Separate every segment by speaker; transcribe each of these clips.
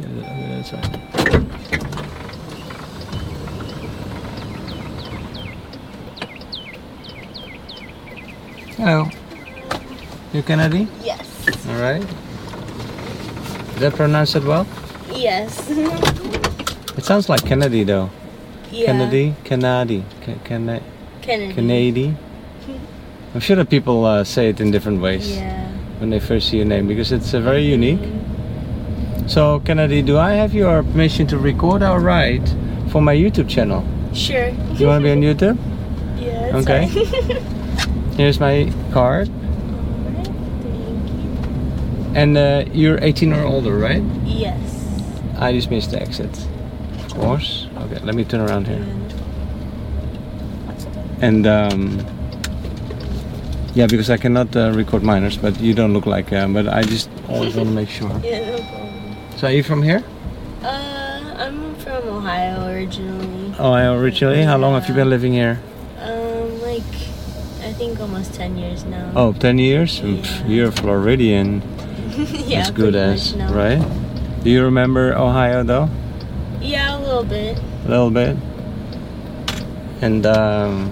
Speaker 1: The other, on the other side. Hello. You Canadi?
Speaker 2: Yes.
Speaker 1: All right. Is that pronounced it well?
Speaker 2: Yes.
Speaker 1: It sounds like Kennedy though.
Speaker 2: Mm-hmm. yeah.
Speaker 1: Kennedy, Canadi, Ca- Cana-
Speaker 2: Kennedy.
Speaker 1: Canady. I'm sure that people uh, say it in different ways
Speaker 2: Yeah.
Speaker 1: when they first see your name because it's uh, very unique. So Kennedy, do I have your permission to record our ride for my YouTube channel?
Speaker 2: Sure.
Speaker 1: Do you want to be on YouTube?
Speaker 2: Yeah. that's
Speaker 1: Okay.
Speaker 2: fine.
Speaker 1: Here's my card.
Speaker 2: Alright, thank
Speaker 1: And uh, you're 18 or older, right?
Speaker 2: you. Yes.
Speaker 1: I just missed the exit. Of course. Okay, let me turn around here. And um, yeah, because I cannot uh, record minors, but you don't look like. Uh, but I just always want to make sure.
Speaker 2: Yeah, no problem.
Speaker 1: So are you from here?
Speaker 2: Uh, I'm from Ohio originally.
Speaker 1: Oh, I originally. How long have you been living here?
Speaker 2: Um, like, I think almost 10 years now.
Speaker 1: Oh, 10 years. Mm, pff,
Speaker 2: Yeah.
Speaker 1: You're a Floridian.
Speaker 2: yeah.
Speaker 1: That's good
Speaker 2: pretty
Speaker 1: as,
Speaker 2: much now.
Speaker 1: right? Do you remember Ohio though?
Speaker 2: Yeah, a little bit.
Speaker 1: A little bit. And um,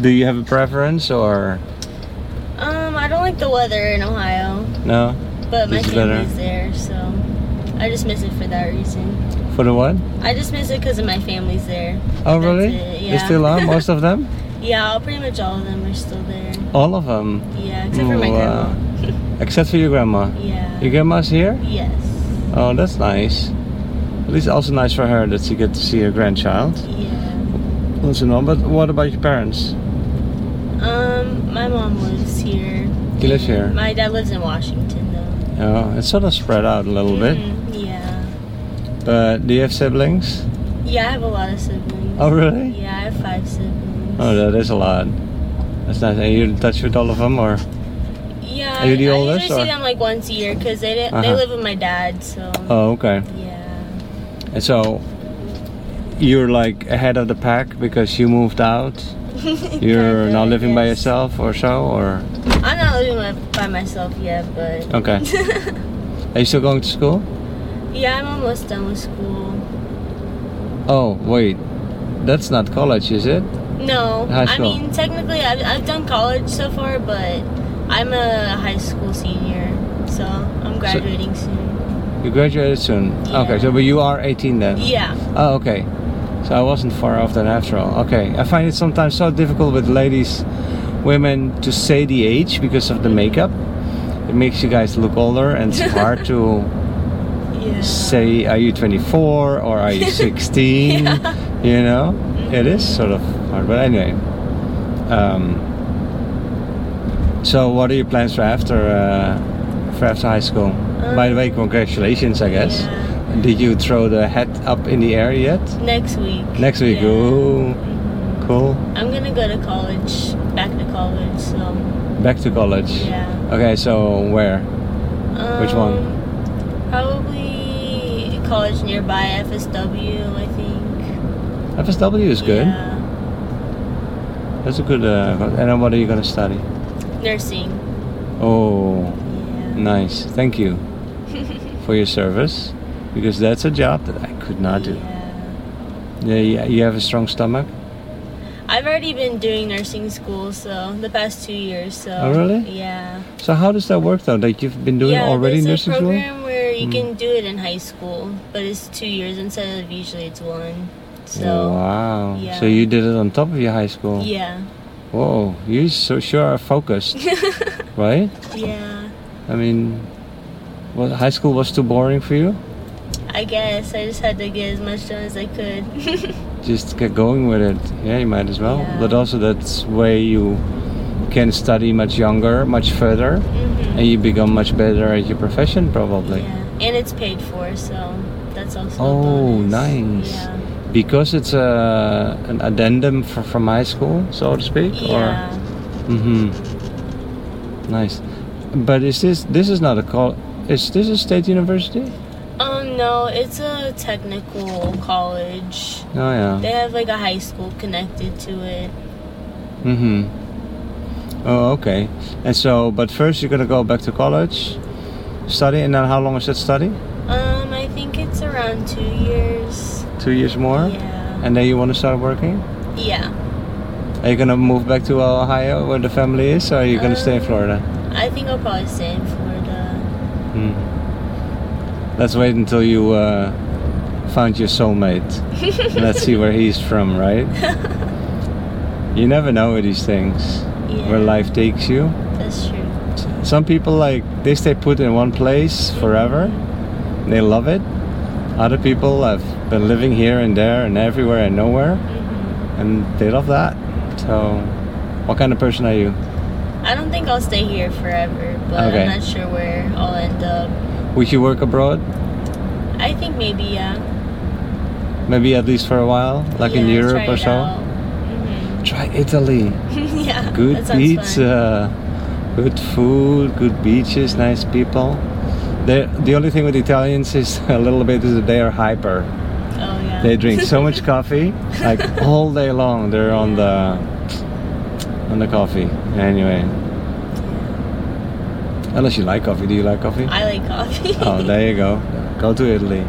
Speaker 1: do you have a preference or
Speaker 2: Um, I don't like the weather in Ohio,
Speaker 1: no?
Speaker 2: but my
Speaker 1: This is better.
Speaker 2: family's there, so I just miss it for that reason.
Speaker 1: For the what?
Speaker 2: I just miss it because of my family's there.
Speaker 1: Oh,
Speaker 2: That's
Speaker 1: really?
Speaker 2: it,
Speaker 1: They
Speaker 2: yeah.
Speaker 1: still are? Most of them?
Speaker 2: Yeah, all- pretty much all of them are still there.
Speaker 1: All of them.
Speaker 2: Yeah, except for my
Speaker 1: Wow.
Speaker 2: grandma.
Speaker 1: Except for your grandma.
Speaker 2: Yeah.
Speaker 1: Your grandma's here?
Speaker 2: Yes.
Speaker 1: Oh, that's nice. At least also nice for her that she get to see her grandchild.
Speaker 2: Yeah.
Speaker 1: Also, no, but what about your parents?
Speaker 2: Um, my mom lives here.
Speaker 1: He lives here.
Speaker 2: My dad lives in Washington, though.
Speaker 1: Oh, it's sort of spread out a little bit.
Speaker 2: Mhm, Yeah.
Speaker 1: But do you have siblings?
Speaker 2: Yeah, I have a lot of siblings.
Speaker 1: Oh, really?
Speaker 2: Yeah, I have five siblings.
Speaker 1: Oh, that is a lot. That's nice. Are you in touch with all of them, or?
Speaker 2: Yeah.
Speaker 1: Are you the
Speaker 2: I- I
Speaker 1: oldest,
Speaker 2: usually
Speaker 1: or-
Speaker 2: see them like once a year because they didn't, they
Speaker 1: Uh-huh.
Speaker 2: live with my dad, so.
Speaker 1: Oh, okay.
Speaker 2: Yeah.
Speaker 1: And so, you're like ahead of the pack because you moved out. You're
Speaker 2: Kinda,
Speaker 1: now living by
Speaker 2: yes.
Speaker 1: yourself, or so, or?
Speaker 2: I'm not living with- by myself yet, but.
Speaker 1: Okay. Are you still going to school?
Speaker 2: yeah, I'm almost done with school.
Speaker 1: Oh, wait. That's not college, is it?
Speaker 2: No,
Speaker 1: High
Speaker 2: I
Speaker 1: school.
Speaker 2: mean technically I've, I've done college so far, but I'm a high school senior, so I'm graduating soon.
Speaker 1: You graduated soon. Okay,
Speaker 2: Yeah.
Speaker 1: so but you are 18 then.
Speaker 2: Yeah,
Speaker 1: Oh, okay. So I wasn't far off then after all. Okay, I find it sometimes so difficult with ladies, women to say the age because of the makeup. It makes you guys look older, and it's hard to
Speaker 2: yeah,
Speaker 1: say, "Are you 24 or are you 16?"
Speaker 2: Yeah.
Speaker 1: You know, it is sort of hard. But anyway, um, so what are your plans for after uh, for after high school? By the way, congratulations, I guess.
Speaker 2: Um, Yeah.
Speaker 1: Did you throw the hat up in the air yet?
Speaker 2: next week.
Speaker 1: Next week,
Speaker 2: Yeah.
Speaker 1: ooh,
Speaker 2: Mhm.
Speaker 1: cool.
Speaker 2: I'm gonna go to college, back to college. So
Speaker 1: Back to college.
Speaker 2: yeah.
Speaker 1: Okay, so where?
Speaker 2: Um,
Speaker 1: Which one?
Speaker 2: Probably college nearby, FSW, I think.
Speaker 1: FSW is good.
Speaker 2: Yeah.
Speaker 1: That's a good. Uh, and then what are you gonna study?
Speaker 2: Nursing.
Speaker 1: Oh,
Speaker 2: Yeah.
Speaker 1: nice. Thank you for your service, because that's a job that I could not do.
Speaker 2: Yeah.
Speaker 1: Yeah, yeah, you have a strong stomach.
Speaker 2: I've already been doing nursing school, so the past two years. So
Speaker 1: Oh, really?
Speaker 2: Yeah.
Speaker 1: So how does that work though? That you've been doing
Speaker 2: yeah,
Speaker 1: already
Speaker 2: there's
Speaker 1: nursing
Speaker 2: a
Speaker 1: school? Mm.
Speaker 2: program where you can do it in high school, but it's two years instead of usually it's one. So
Speaker 1: Oh, wow.
Speaker 2: yeah.
Speaker 1: So you did it on top of your high school.
Speaker 2: yeah,
Speaker 1: Whoa, you so sure are focused, right?
Speaker 2: yeah.
Speaker 1: I mean, what high school was too boring for you?
Speaker 2: I guess I just had to get as much done as I could. Mm-hmm.
Speaker 1: Just get going with it. Yeah, you might as well.
Speaker 2: Yeah.
Speaker 1: But also that's way you can study much younger, much further,
Speaker 2: Mhm.
Speaker 1: and you become much better at your profession probably.
Speaker 2: yeah, and it's paid for, so that's also. a
Speaker 1: Oh,
Speaker 2: bonus.
Speaker 1: nice.
Speaker 2: Yeah.
Speaker 1: Because it's a an addendum for, from high school, so to speak, or.
Speaker 2: Yeah.
Speaker 1: Mm-hmm. Nice. But is this this is not a call? Is this a state university?
Speaker 2: Um, no, it's a technical college.
Speaker 1: Oh
Speaker 2: They
Speaker 1: yeah.
Speaker 2: have like a high school connected to it.
Speaker 1: Mm-hmm. Oh okay. And so, but first you're gonna go back to college, study, and then how long is that study?
Speaker 2: Um, I think it's around two years.
Speaker 1: Two years more,
Speaker 2: Yeah.
Speaker 1: and then you want to start working.
Speaker 2: yeah.
Speaker 1: Are you gonna move back to Ohio where the family is, or are you gonna stay in
Speaker 2: Um,
Speaker 1: Florida?
Speaker 2: I think I'll probably stay in Florida.
Speaker 1: Hmm. Let's wait until you uh, found your soulmate. Let's see where he's from, right? You never know with these things, where
Speaker 2: Yeah.
Speaker 1: life takes you.
Speaker 2: That's true.
Speaker 1: Some people like they stay put in one place forever. They love it. Other people have been living here and there and everywhere and nowhere,
Speaker 2: Mhm.
Speaker 1: and they love that. So, what kind of person are you?
Speaker 2: I don't think I'll stay here forever, but
Speaker 1: Okay.
Speaker 2: I'm not sure where I'll end up.
Speaker 1: Would you work abroad?
Speaker 2: I think maybe yeah.
Speaker 1: Maybe at least for a while, like in
Speaker 2: Yeah, try
Speaker 1: Europe or
Speaker 2: it
Speaker 1: so.
Speaker 2: out. Mhm.
Speaker 1: Try Italy.
Speaker 2: yeah.
Speaker 1: Good
Speaker 2: that sounds Fun.
Speaker 1: pizza, good food, good beaches, nice people. The the only thing with Italians is a little bit is that they are hyper.
Speaker 2: Oh yeah.
Speaker 1: They drink so much coffee, like all day long. They're on the on the coffee. Anyway, unless you like coffee, do you like coffee?
Speaker 2: I like coffee.
Speaker 1: Oh, there you go. Go to Italy.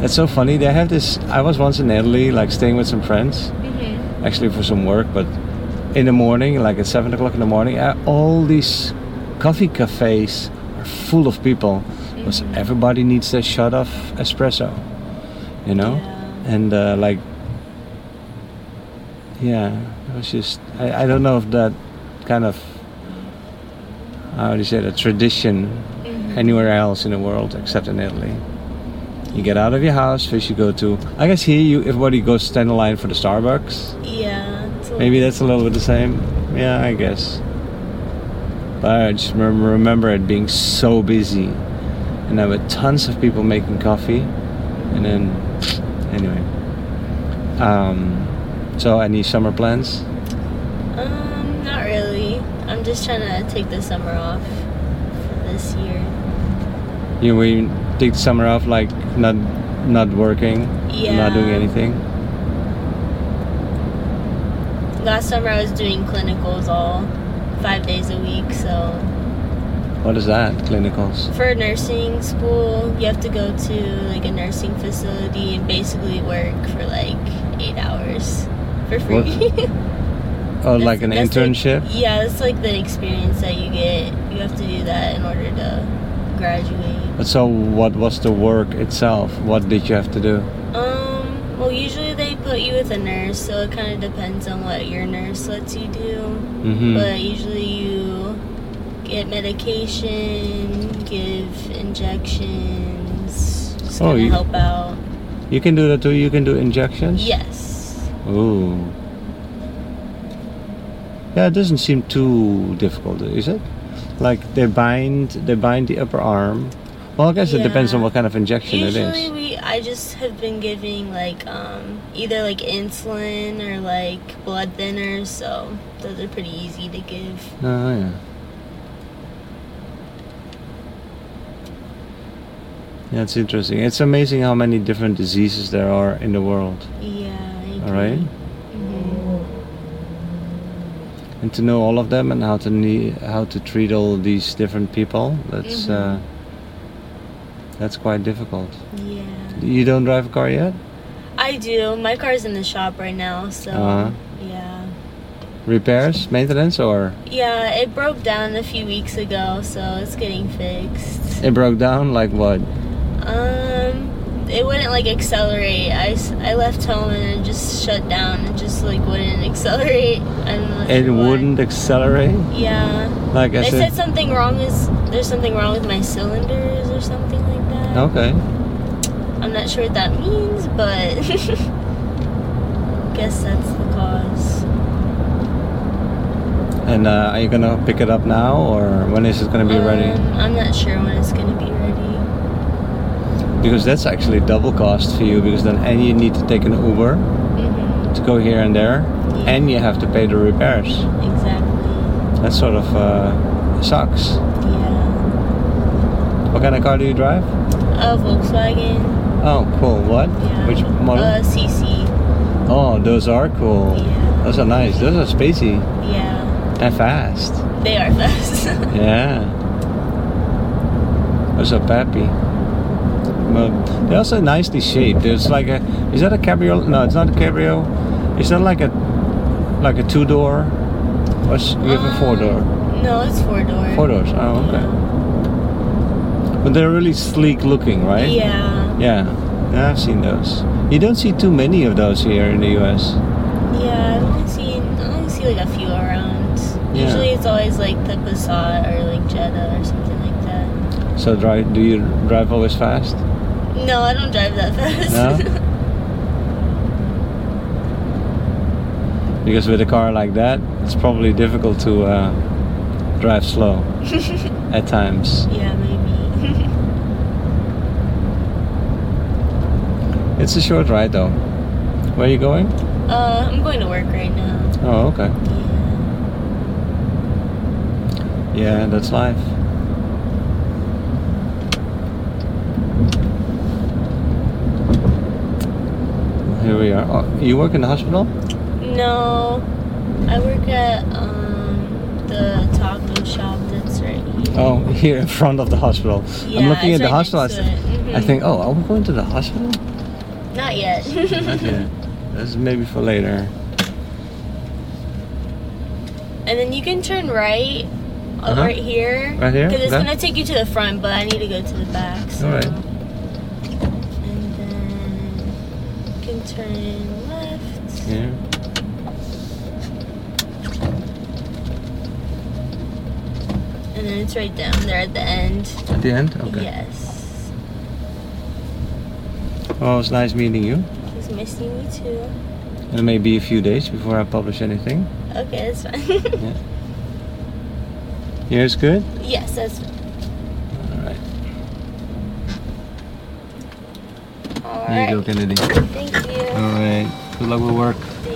Speaker 1: That's so funny. They have this. I was once in Italy, like staying with some friends,
Speaker 2: Mhm.
Speaker 1: actually for some work, but in the morning, like at seven o'clock in the morning, uh, all these coffee cafes are full of people because
Speaker 2: Mhm.
Speaker 1: everybody needs their shot of espresso, you know?
Speaker 2: Yeah.
Speaker 1: And uh, like, yeah, it was just, I, I don't know if that kind of, how do you say, that tradition
Speaker 2: Mhm.
Speaker 1: anywhere else in the world except in Italy. You get out of your house, first you go to. I guess here you everybody goes stand in line for the Starbucks.
Speaker 2: Yeah. it's a-
Speaker 1: Maybe that's a little bit the same. Yeah, I guess. But I just rem- remember it being so busy, and there were tons of people making coffee, and then anyway. Um, so any summer plans?
Speaker 2: Um, not really. I'm just trying to take the summer off for this year.
Speaker 1: You we take the summer off like not not working, not doing
Speaker 2: Yeah.
Speaker 1: anything.
Speaker 2: Last summer I was doing clinicals all five days a week, so
Speaker 1: What is that? Clinicals.
Speaker 2: for nursing school you have to go to like a nursing facility and basically work for like eight hours for free.
Speaker 1: Oh,
Speaker 2: That's-
Speaker 1: like an
Speaker 2: that's
Speaker 1: internship?
Speaker 2: yeah, it's like the experience that you get. You have to do that in order to graduate.
Speaker 1: But so, what was the work itself? What did you have to do?
Speaker 2: Um, well, usually they put you with a nurse, so it kind of depends on what your nurse lets you do.
Speaker 1: Mm-hmm.
Speaker 2: But usually you get medication, give injections, just
Speaker 1: Oh,
Speaker 2: kind of
Speaker 1: you-
Speaker 2: help out.
Speaker 1: you can do that too. You can do injections.
Speaker 2: Yes.
Speaker 1: Ooh. Yeah, it doesn't seem too difficult, is it? Like they bind, they bind the upper arm. Well, I guess it depends on
Speaker 2: Yeah.
Speaker 1: what kind of injection it
Speaker 2: Usually
Speaker 1: is.
Speaker 2: we, I just have been giving like um, either like insulin or like blood thinners, so those are pretty easy to give.
Speaker 1: Oh yeah. Yeah, it's interesting. It's amazing how many different diseases there are in the world.
Speaker 2: Yeah. I
Speaker 1: All right.
Speaker 2: agree. Mhm.
Speaker 1: and to know all of them and how to ne- how to treat all these different people that's
Speaker 2: Mhm.
Speaker 1: uh, that's quite difficult
Speaker 2: Yeah.
Speaker 1: you don't drive a car yet
Speaker 2: I do. My car's in the shop right now, so
Speaker 1: Uh-huh.
Speaker 2: yeah.
Speaker 1: repairs maintenance or
Speaker 2: Yeah, it broke down a few weeks ago, so it's getting fixed.
Speaker 1: it broke down like what
Speaker 2: Um, it wouldn't like accelerate. I, s- I left home and it just shut down. It just like wouldn't accelerate. I'm not
Speaker 1: it
Speaker 2: sure why.
Speaker 1: wouldn't accelerate
Speaker 2: Yeah.
Speaker 1: like i
Speaker 2: They
Speaker 1: said
Speaker 2: said something wrong is there's something wrong with my cylinders or something like that.
Speaker 1: okay
Speaker 2: I'm not sure what that means, but guess that's the cause.
Speaker 1: and uh, are you gonna pick it up now or when is it gonna be ready
Speaker 2: Um, I'm not sure when it's gonna be ready.
Speaker 1: because that's actually double cost for you because then and you need to take an uber
Speaker 2: Mhm,
Speaker 1: to go here and there
Speaker 2: Yeah.
Speaker 1: and you have to pay the repairs
Speaker 2: Exactly.
Speaker 1: that sort of uh, sucks
Speaker 2: Yeah.
Speaker 1: what kind of car do you drive
Speaker 2: A Volkswagen.
Speaker 1: Oh, cool. What?
Speaker 2: Yeah.
Speaker 1: Which model?
Speaker 2: Uh, CC.
Speaker 1: oh, those are cool.
Speaker 2: Yeah.
Speaker 1: Those are nice. Those are spacey
Speaker 2: Yeah.
Speaker 1: and fast.
Speaker 2: They are fast.
Speaker 1: Yeah. I was so happy. Well, they're also nicely shaped. There's like a, is that a cabrio? No, it's not a cabrio. Is that like a, like a two door, or s- you have
Speaker 2: Ah.
Speaker 1: a four door?
Speaker 2: Um, No, it's four door.
Speaker 1: Four doors. Oh, okay. But they're really sleek looking, right?
Speaker 2: Yeah.
Speaker 1: Yeah, yeah, I've seen those. You don't see too many of those here in the US.
Speaker 2: Yeah, I've only seen I only see like a few around.
Speaker 1: Yeah.
Speaker 2: Usually it's always like the Passat or like Jetta or something like that.
Speaker 1: So drive? Do you drive always fast?
Speaker 2: No, I don't drive that fast.
Speaker 1: No? Because with a car like that, it's probably difficult to uh, drive slow at times.
Speaker 2: yeah, maybe.
Speaker 1: It's a short ride though. Where are you going?
Speaker 2: uh, I'm going to work right now.
Speaker 1: Oh, okay. Yeah,
Speaker 2: Yeah.
Speaker 1: that's life. Here we are. Oh, you work in the hospital?
Speaker 2: No, I work at um, the taco shop that's right here.
Speaker 1: Oh, here in front of the hospital. I'm
Speaker 2: Yeah,
Speaker 1: looking at
Speaker 2: it's
Speaker 1: the
Speaker 2: right
Speaker 1: hospital. I,
Speaker 2: next
Speaker 1: said-
Speaker 2: to it.
Speaker 1: I
Speaker 2: Mhm.
Speaker 1: think, oh, are we going to the hospital?
Speaker 2: Not yet.
Speaker 1: okay. This is maybe for later.
Speaker 2: And then you can turn right uh,
Speaker 1: Uh-huh.
Speaker 2: right here.
Speaker 1: Right here?
Speaker 2: Because it's
Speaker 1: Okay.
Speaker 2: gonna take you to the front, but I need to go to the back. So.
Speaker 1: Alright.
Speaker 2: And then you can turn left.
Speaker 1: Yeah.
Speaker 2: And then it's right down there at the end.
Speaker 1: At the end? Okay.
Speaker 2: Yes.
Speaker 1: Well, it was nice meeting you.
Speaker 2: He's missing me too.
Speaker 1: And maybe a few days before I publish anything.
Speaker 2: Okay, that's fine.
Speaker 1: Yeah. Yours good?
Speaker 2: yes, that's fine.
Speaker 1: Alright. Here
Speaker 2: All right.
Speaker 1: you go, Kennedy.
Speaker 2: Thank you.
Speaker 1: Alright. Good luck with work.